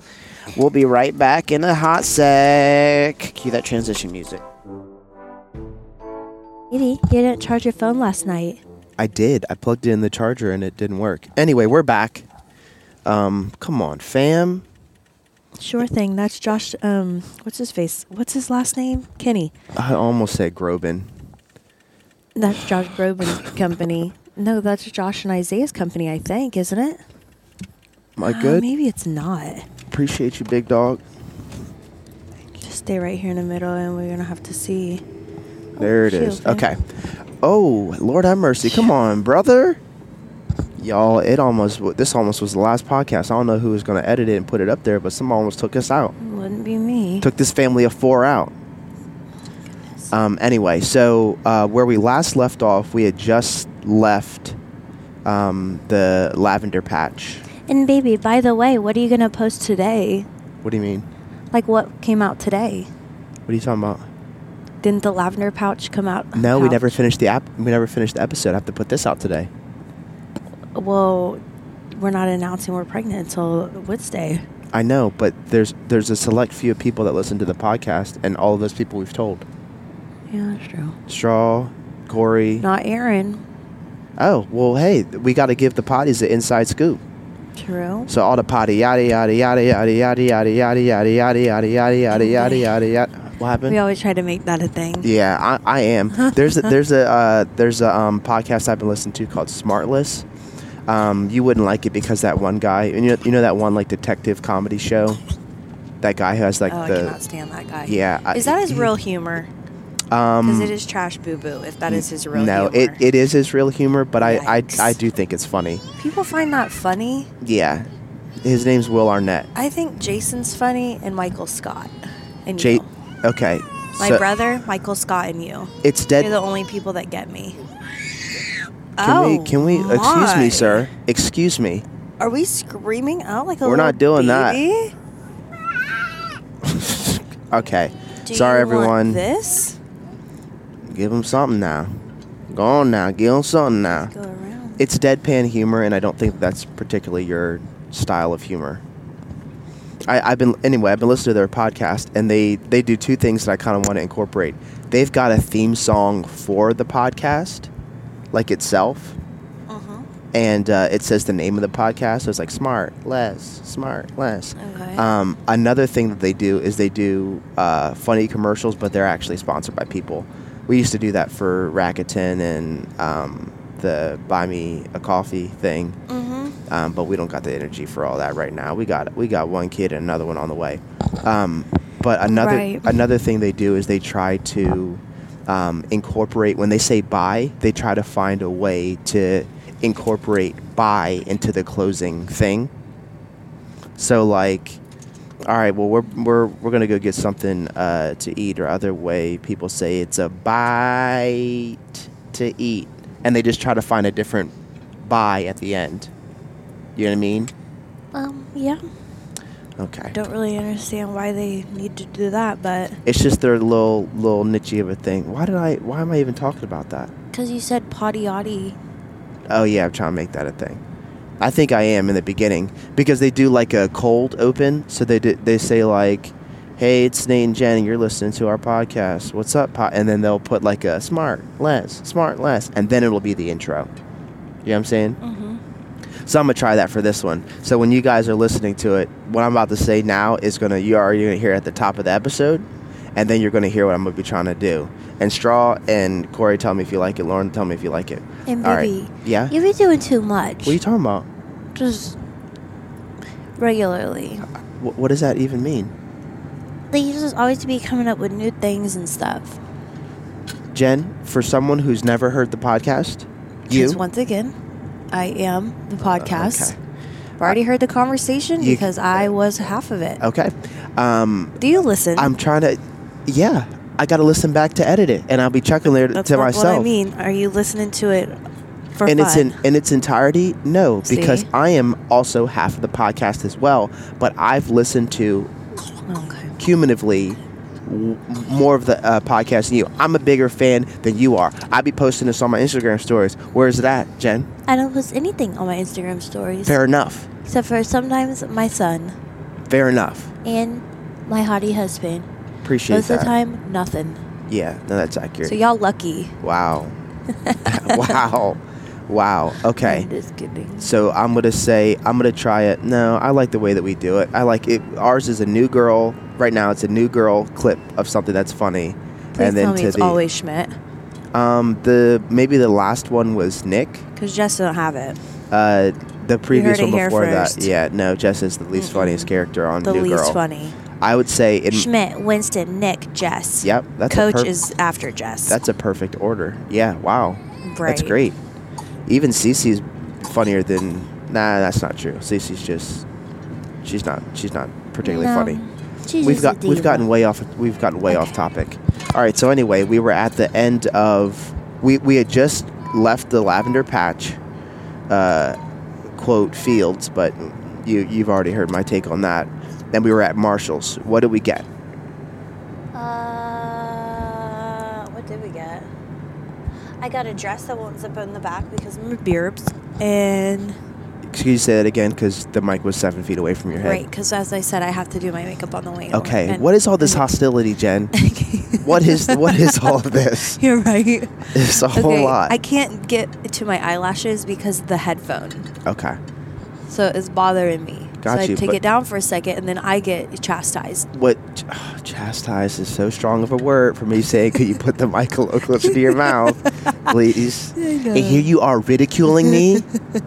We'll be right back in a hot sec. Cue that transition music. Baby, you didn't charge your phone last night. I did. I plugged in the charger and it didn't work. Anyway, we're back. Um, come on, fam. Sure thing. That's Josh. Um, what's his face? What's his last name? Kenny. I almost said Grobin. That's Josh Groban's company. No, that's Josh and Isaiah's company, I think, isn't it? Am I Uh, good? maybe it's not. Appreciate you, big dog. Just stay right here in the middle, and we're gonna have to see. There it she is. okay? Okay. Oh, Lord have mercy. Come on, brother. Y'all, it almost wa- this almost was the last podcast. I don't know who was going to edit it and put it up there, but someone almost took us out. Wouldn't be me. Took this family of four out. Um, anyway, so uh, where we last left off, we had just left um, the lavender patch. And baby, by the way, what are you gonna post today? What do you mean? Like what came out today? What are you talking about? Didn't the lavender pouch come out? No, we pouch? never finished the app. We never finished the episode. I have to put this out today. Well, we're not announcing we're pregnant until Wednesday. I know, but there's there's a select few people that listen to the podcast, and all of those people we've told. Yeah, that's true. Straw, Corey. Not Aaron. Oh, well, hey, we got to give the potties the inside scoop. True. So all the potty yada yada yada yada yada yada yada yada yada yada yada yada yada yada yada. What We happened? always try to make that a thing. Yeah, I, I am. There's a, there's a uh, there's a um, podcast I've been listening to called Smartless. Um, you wouldn't like it because that one guy, and you know, you know that one like detective comedy show. That guy who has like oh, I the cannot stand that guy. yeah. I- Is that his real humor? Um, Because it is trash boo boo. If that is his real no, humor. it it is his real humor, but I, I Yikes. I do think it's funny. People find that funny. Yeah, his name's Will Arnett. I think Jason's funny and Michael Scott and Jay, you. okay. My so brother, Michael Scott, and you. It's dead. You're the only people that get me. Can oh, we? Can we? Excuse my. me, sir. Excuse me. Are we screaming out like a We're not little doing that. baby? Okay. Do Sorry, you want everyone. this Give him something now. Go on now. Give him something now. go around. It's deadpan humor, and I don't think that's particularly your style of humor. I, I've been anyway. I've been listening to their podcast, and they they do two things that I kind of want to incorporate. They've got a theme song for the podcast, like itself, Uh-huh. and uh, it says the name of the podcast. So it's like smart less, smart less. Okay. Um, another thing that they do is they do uh, funny commercials, but they're actually sponsored by people. We used to do that for Rakuten and um, the Buy Me a Coffee thing, mm-hmm. um, but we don't got the energy for all that right now. We got we got one kid and another one on the way. Um, but another Right. another thing they do is they try to um, incorporate when they say buy, they try to find a way to incorporate buy into the closing thing. So like, all right, well we're we're we're gonna go get something uh, to eat, or other way people say it's a bite to eat, and they just try to find a different buy at the end. You know what I mean? Um, yeah. Okay. Don't really understand why they need to do that, but It's just their little little niche of a thing. Why did I? Why am I even talking about that? Because you said potty yaddy. Oh yeah, I'm trying to make that a thing. I think I am in the beginning because they do like a cold open. So they do, they say like, "Hey, it's Nate and Jen, and you're listening to our podcast. What's up?" Po-? And then they'll put like a smart less, smart less, and then it'll be the intro. You know what I'm saying? mm-hmm. So I'm gonna try that for this one. So when you guys are listening to it, what I'm about to say now is gonna you are gonna hear at the top of the episode, and then you're gonna hear what I'm gonna be trying to do. And Straw and Corey, tell me if you like it. Lauren, tell me if you like it. And All right. baby, Yeah. you be doing too much. What are you talking about? Just regularly. What, what does that even mean? They just always be coming up with new things and stuff. Jen, for someone who's never heard the podcast, you Uh, Because once again, I am the podcast. okay. I've already heard the conversation You- uh, because I was half of it. okay? Um, Do you listen? I'm trying to. Yeah, I got to listen back to edit it, and I'll be checking later That's to not myself. what I mean. Are you listening to it for in fun? its in, in its entirety no because See? i am also half of the podcast as well but i've listened to Oh, okay. cumulatively w- more of the uh, podcast than you i'm a bigger fan than you are i be posting this on my instagram stories where's that jen I don't post anything on my Instagram stories. fair enough Except for sometimes my son fair enough and my hottie husband. appreciate Most that of the time, nothing. yeah no that's accurate So y'all lucky. wow wow wow okay I'm just kidding. So I'm gonna say I'm gonna try it. No, I like the way that we do it. I like it. Ours is a new girl. Right now, it's a new girl clip of something that's funny, Please tell me it's always Schmidt um the maybe the last one was Nick. because Jess don't have it. Uh, the previous heard it one here before that. first. Mm-hmm. Yeah, no, Jess is the least funniest character on The New least Girl. funny. I would say in Schmidt, Winston, Nick, Jess. yep. That's Coach a per- is after Jess. that's a perfect order. Yeah. Wow. That's Right. great. Even Cece's funnier than nah. That's not true. Cece's just she's not she's not particularly No, funny. she's we've just a got we've diva. gotten way off we've gotten way off topic. All right, so anyway, we were at the end of we we had just left the lavender patch, uh, quote fields, but you you've already heard my take on that. Then we were at Marshalls. What did we get? Uh, what did we get? I got a dress that won't zip in the back because I'm a beerbs. And Can you say that again? Because the mic was seven feet away from your head. Right, because as I said, I have to do my makeup on the way. Okay. what is all this hostility, Jen? what is what is all of this? You're right. It's a whole lot. I can't get to my eyelashes because of the headphone, okay. so it's bothering me. Got so you, I take but- it down for a second, and then I get chastised. What chastise is so strong of a word for me saying, could you put the mic a little closer to your mouth, please? And here you are ridiculing me,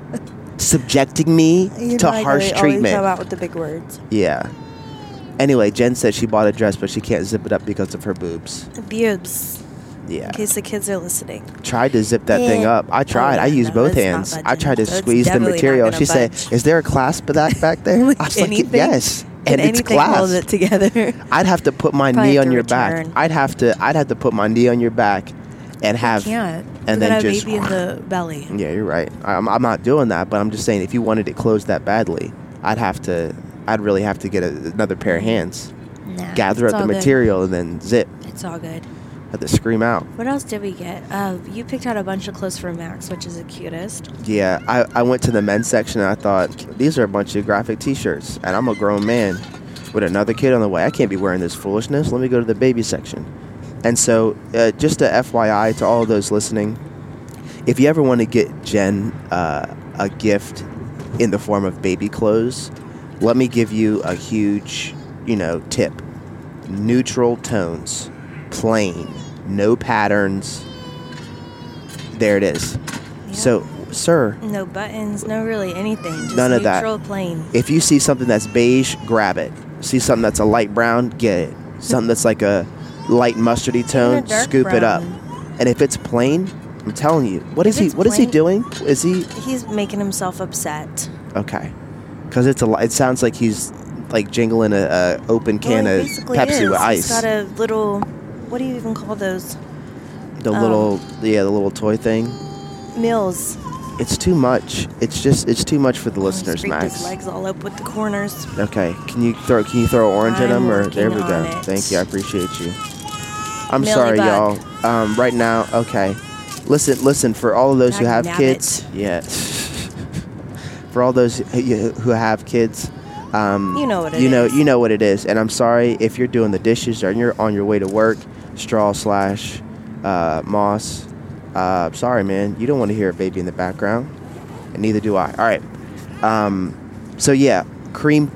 subjecting me You to know, I harsh gotta always treatment. Come out with the big words. Yeah. Anyway, Jen said she bought a dress, but she can't zip it up because of her boobs. Boobs. Yeah. In case the kids are listening. Tried to zip that thing Yeah. up. I tried. I yeah, Oh, used no, both it's not hands. I budging. tried to It's squeeze the definitely not material. gonna She budge. said, "Is there a clasp of that back there?" I was like, anything? "Yes." Can And it's anything hold clasped. it together? I'd have to put my Probably knee have on to your return. back. I'd have to. I'd have to put my knee on your back, and have. Can't. And then Gotta just- maybe in the belly. Yeah, you're right. I'm, I'm not doing that, but I'm just saying if you wanted it closed that badly, I'd have to. I'd really have to get a, another pair of hands, Nah. gather It's up the all good. material, and then zip. It's all good. Have to scream out. What else did we get? Uh, you picked out a bunch of clothes for Max, which is the cutest. Yeah, I, I went to the men's section and I thought, these are a bunch of graphic t shirts, and I'm a grown man with another kid on the way. I can't be wearing this foolishness. Let me go to the baby section. And so, uh, just a FYI to all those listening, if you ever want to get Jen uh, a gift in the form of baby clothes, let me give you a huge, you know, tip. Neutral tones, plain, no patterns. There it is. So, sir, No buttons, no really anything. Just None of that. neutral plain. if you see something that's beige, grab it. See something that's a light brown, get it. Something that's like a light mustardy tone, dark scoop it up. brown. And if it's plain, I'm telling you, what is If he? it's What is he plain- doing? Is he He's making himself upset. okay? Because it's a. li- It sounds like he's like jingling a, a open can Well, he of basically Pepsi is. with ice. He's got a little. What do you even call those? the um, little yeah, the little toy thing. Mills. It's too much. It's just it's too much for the Oh, he's listeners, freaked Max. His legs all up with the corners. Okay, can you throw can you throw orange in I'm them or there we working go. on it. Thank you, I appreciate you. I'm Millie sorry, Buck. y'all. Um, right now, okay. Listen, listen for all of those who have Dagnabbit. kids. Yeah. for all those who you- who have kids, um, You know what it you know is. you know what it is. And I'm sorry if you're doing the dishes or you're on your way to work. Straw slash uh, moss. Uh, sorry, man. You don't want to hear a baby in the background, and neither do I. All right. Um, so yeah, cream,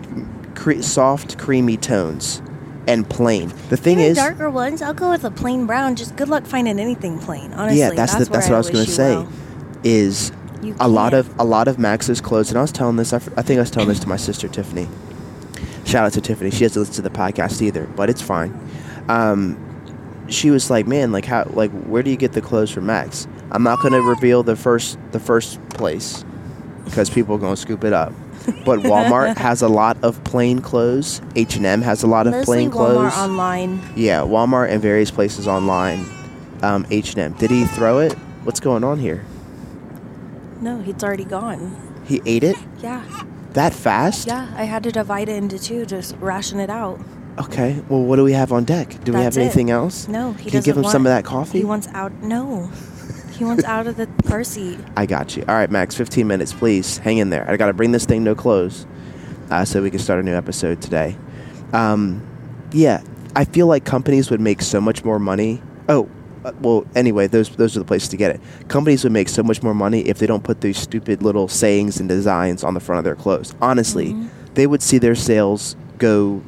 cre- soft, creamy tones, and plain. The thing Even is, darker ones. I'll go with a plain brown. Just good luck finding anything plain. Honestly, yeah, that's the, where that's what I was wish gonna you say. well. Is You a lot can't. of a lot of Max's clothes, and I was telling this. I, f- I think I was telling this to my sister Tiffany. Shout out to Tiffany. She doesn't listen to the podcast either, but it's fine. Um, she was like, "Man, like how like where do you get the clothes for Max?" I'm not gonna reveal the first the first place because people are gonna scoop it up. But Walmart has a lot of plain clothes. H and M has a lot of Mostly plain clothes. Walmart online. Yeah, Walmart and various places online. Um, H&M. Did he throw it? What's going on here? No, it's already gone. He ate it Yeah, that fast? yeah. I had to divide it into two. Just ration it out. Okay. Well, what do we have on deck? Do we have That's it. anything else? No, he Can you doesn't give him want, some of that coffee? He wants out. No, he wants out of the car seat. I got you. All right, Max. 15 minutes, please. Hang in there. I got to bring this thing to a close, uh, so we can start a new episode today. Um, yeah, I feel like companies would make so much more money. Oh, uh, well. Anyway, those those are the places to get it. Companies would make so much more money if they don't put these stupid little sayings and designs on the front of their clothes. Honestly, they would see their sales go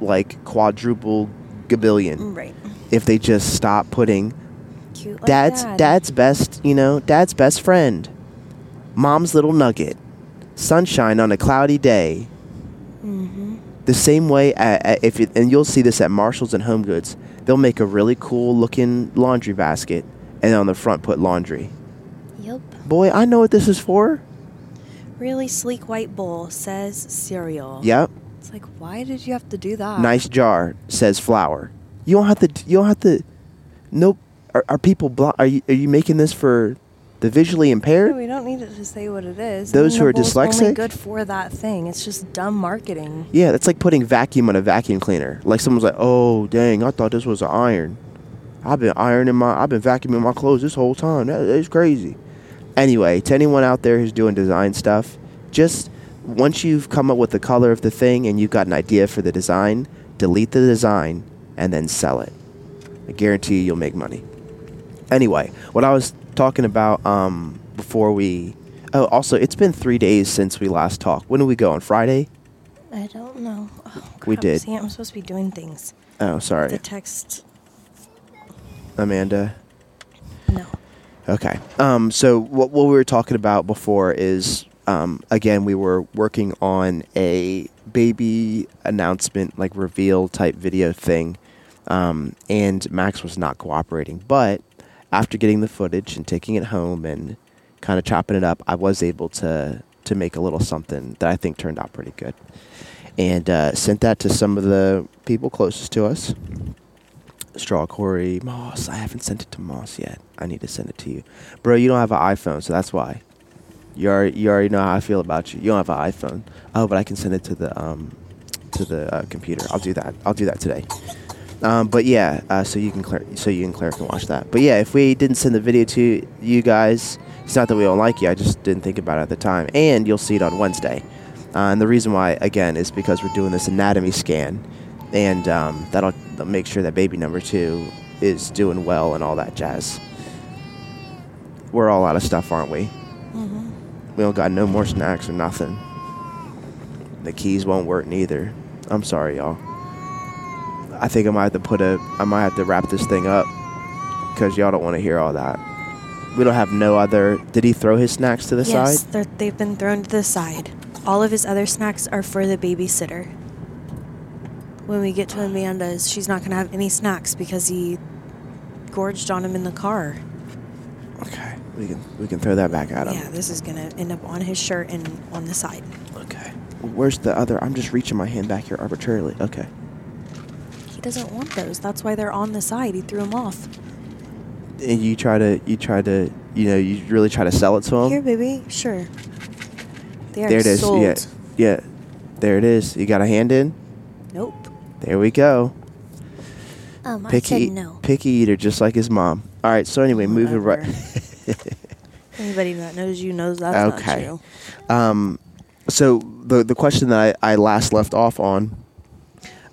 like quadruple Mm. gabillion Right. if they just stop putting Cute. Like dad's that. dad's best you know dad's best friend mom's little nugget sunshine on a cloudy day Mm-hmm. the same way a- a- if you, and you'll see this at marshalls and home goods they'll make a really cool looking laundry basket and on the front put laundry Yep. boy i know what this is for Really sleek white bowl says cereal. yep It's like, why did you have to do that? nice jar says flour you don't have to you don't have to nope are, are people blo- are you, are you making this for the visually impaired We don't need it to say what it is. Those who are Nibbles Only dyslexic? good for that thing. It's just dumb marketing. Yeah, that's like putting vacuum on a vacuum cleaner. Like someone's like, "Oh, dang, I thought this was an iron. I've been ironing my, I've been vacuuming my clothes this whole time. That is crazy." Anyway, to anyone out there who's doing design stuff, just once you've come up with the color of the thing and you've got an idea for the design, delete the design and then sell it. I guarantee you you'll make money. Anyway, what I was talking about um, before we. Oh, also, it's been three days since we last talked. When did we go? On Friday? I don't know. Oh, We crap. did. See, I'm supposed to be doing things. Oh, sorry. The text. Amanda. No. Okay. Um, so what what we were talking about before is um, again we were working on a baby announcement like reveal type video thing, um, and Max was not cooperating. But after getting the footage and taking it home and kind of chopping it up, I was able to to make a little something that I think turned out pretty good, and uh, sent that to some of the people closest to us. Straw Corey Moss. I haven't sent it to Moss yet. I need to send it to you, bro. You don't have an iPhone, so that's why. You already, you already know how I feel about you. You don't have an iPhone. Oh, but I can send it to the um, to the uh, computer. I'll do that. I'll do that today. Um, but yeah, uh, so you can Claire, so you and Claire can watch that. But yeah, if we didn't send the video to you guys, it's not that we don't like you. I just didn't think about it at the time. And you'll see it on Wednesday. Uh, and the reason why, again, is because we're doing this anatomy scan, and um, that'll that'll make sure that baby number two is doing well and all that jazz. We're all out of stuff, aren't we? Mm-hmm. We don't got no more snacks or nothing. The keys won't work neither. I'm sorry, y'all. I think I might have to put a. I might have to wrap this thing up because y'all don't want to hear all that. We don't have no other. Did he throw his snacks to the Yes, side? they're- they've been thrown to the side. All of his other snacks are for the babysitter. When we get to Amanda's, she's not going to have any snacks because he gorged on him in the car. Okay, we can we can throw that back at him. Yeah, this is going to end up on his shirt and on the side. Okay. Where's the other? I'm just reaching my hand back here arbitrarily. Okay. He doesn't want those. That's why they're on the side. He threw them off. And you try to you try to you know you really try to sell it to him. Here, baby. Sure. They are there it is. sold. Yeah. Yeah. There it is. You got a hand in. Nope. There we go. Um, Picky I said no. picky eater, just like his mom. All right. So anyway, moving right. Anybody that knows you knows that's Okay. not true. Um, so the the question that I, I last left off on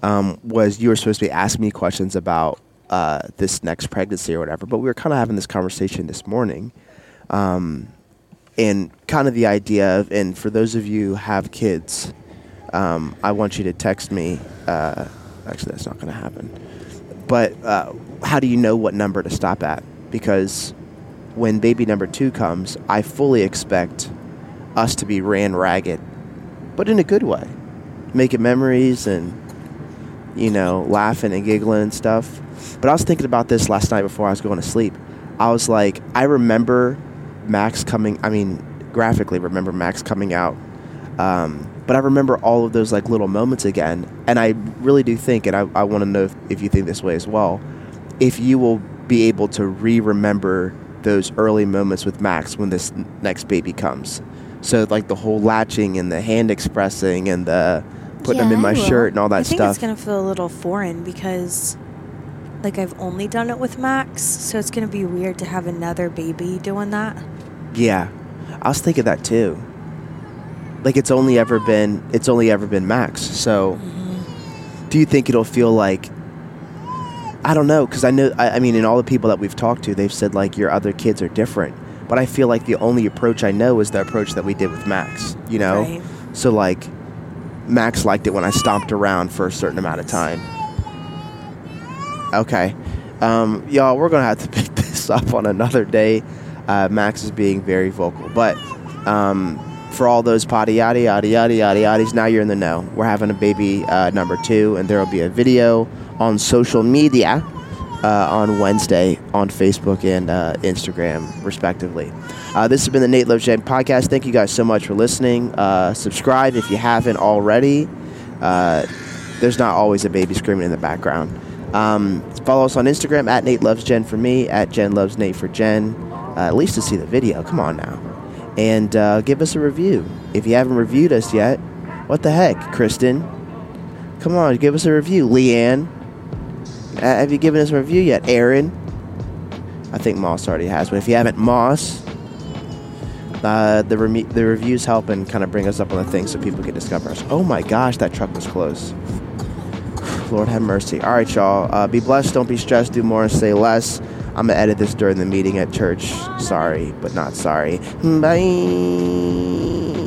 um, was you were supposed to be asking me questions about uh, this next pregnancy or whatever, but we were kind of having this conversation this morning, um, and kind of the idea of and for those of you who have kids, um, I want you to text me. Uh, actually, that's not going to happen. But uh, how do you know what number to stop at? Because when baby number two comes, I fully expect us to be ran ragged, but in a good way, making memories and you know laughing and giggling and stuff. But I was thinking about this last night before I was going to sleep. I was like, I remember Max coming. I mean, graphically, remember Max coming out. Um, but I remember all of those like little moments again, and I really do think, and I, I want to know if, if you think this way as well, if you will be able to re-remember those early moments with Max when this n- next baby comes. So like the whole latching and the hand expressing and the putting them Yeah, in my I will. shirt and all that I think stuff. it's gonna feel a little foreign because, like, I've only done it with Max, so it's gonna be weird to have another baby doing that. Yeah, I was thinking that too. Like it's only ever been it's only ever been Max. So, do you think it'll feel like? I don't know because I know I, I mean in all the people that we've talked to, they've said like your other kids are different. But I feel like the only approach I know is the approach that we did with Max. You know, Right. so like Max liked it when I stomped around for a certain amount of time. Okay. Um, y'all, we're going to have to pick this up on another day. Uh, Max is being very vocal. But um, for all those potty yada yada yada yada yaddies, now you're in the know. We're having a baby uh, number two, and there will be a video on social media uh, on Wednesday on Facebook and uh, Instagram, respectively. Uh, this has been the Nate Love Jam podcast. Thank you guys so much for listening. Uh, subscribe if you haven't already. Uh, there's not always a baby screaming in the background. Um, follow us on Instagram at Nate Loves Jen for me, at Jen Loves Nate for Jen, uh, at least to see the video. Come on now. And uh, give us a review. If you haven't reviewed us yet, what the heck, Kristen? Come on, give us a review. Leanne, uh, have you given us a review yet? Aaron? I think Moss already has, but if you haven't, Moss. Uh, the, reme the reviews help and kind of bring us up on the thing so people can discover us. Oh my gosh, that truck was close. Lord have mercy. All right, y'all. Uh, be blessed. Don't be stressed. Do more and say less. I'm going to edit this during the meeting at church. Sorry, but not sorry. Bye.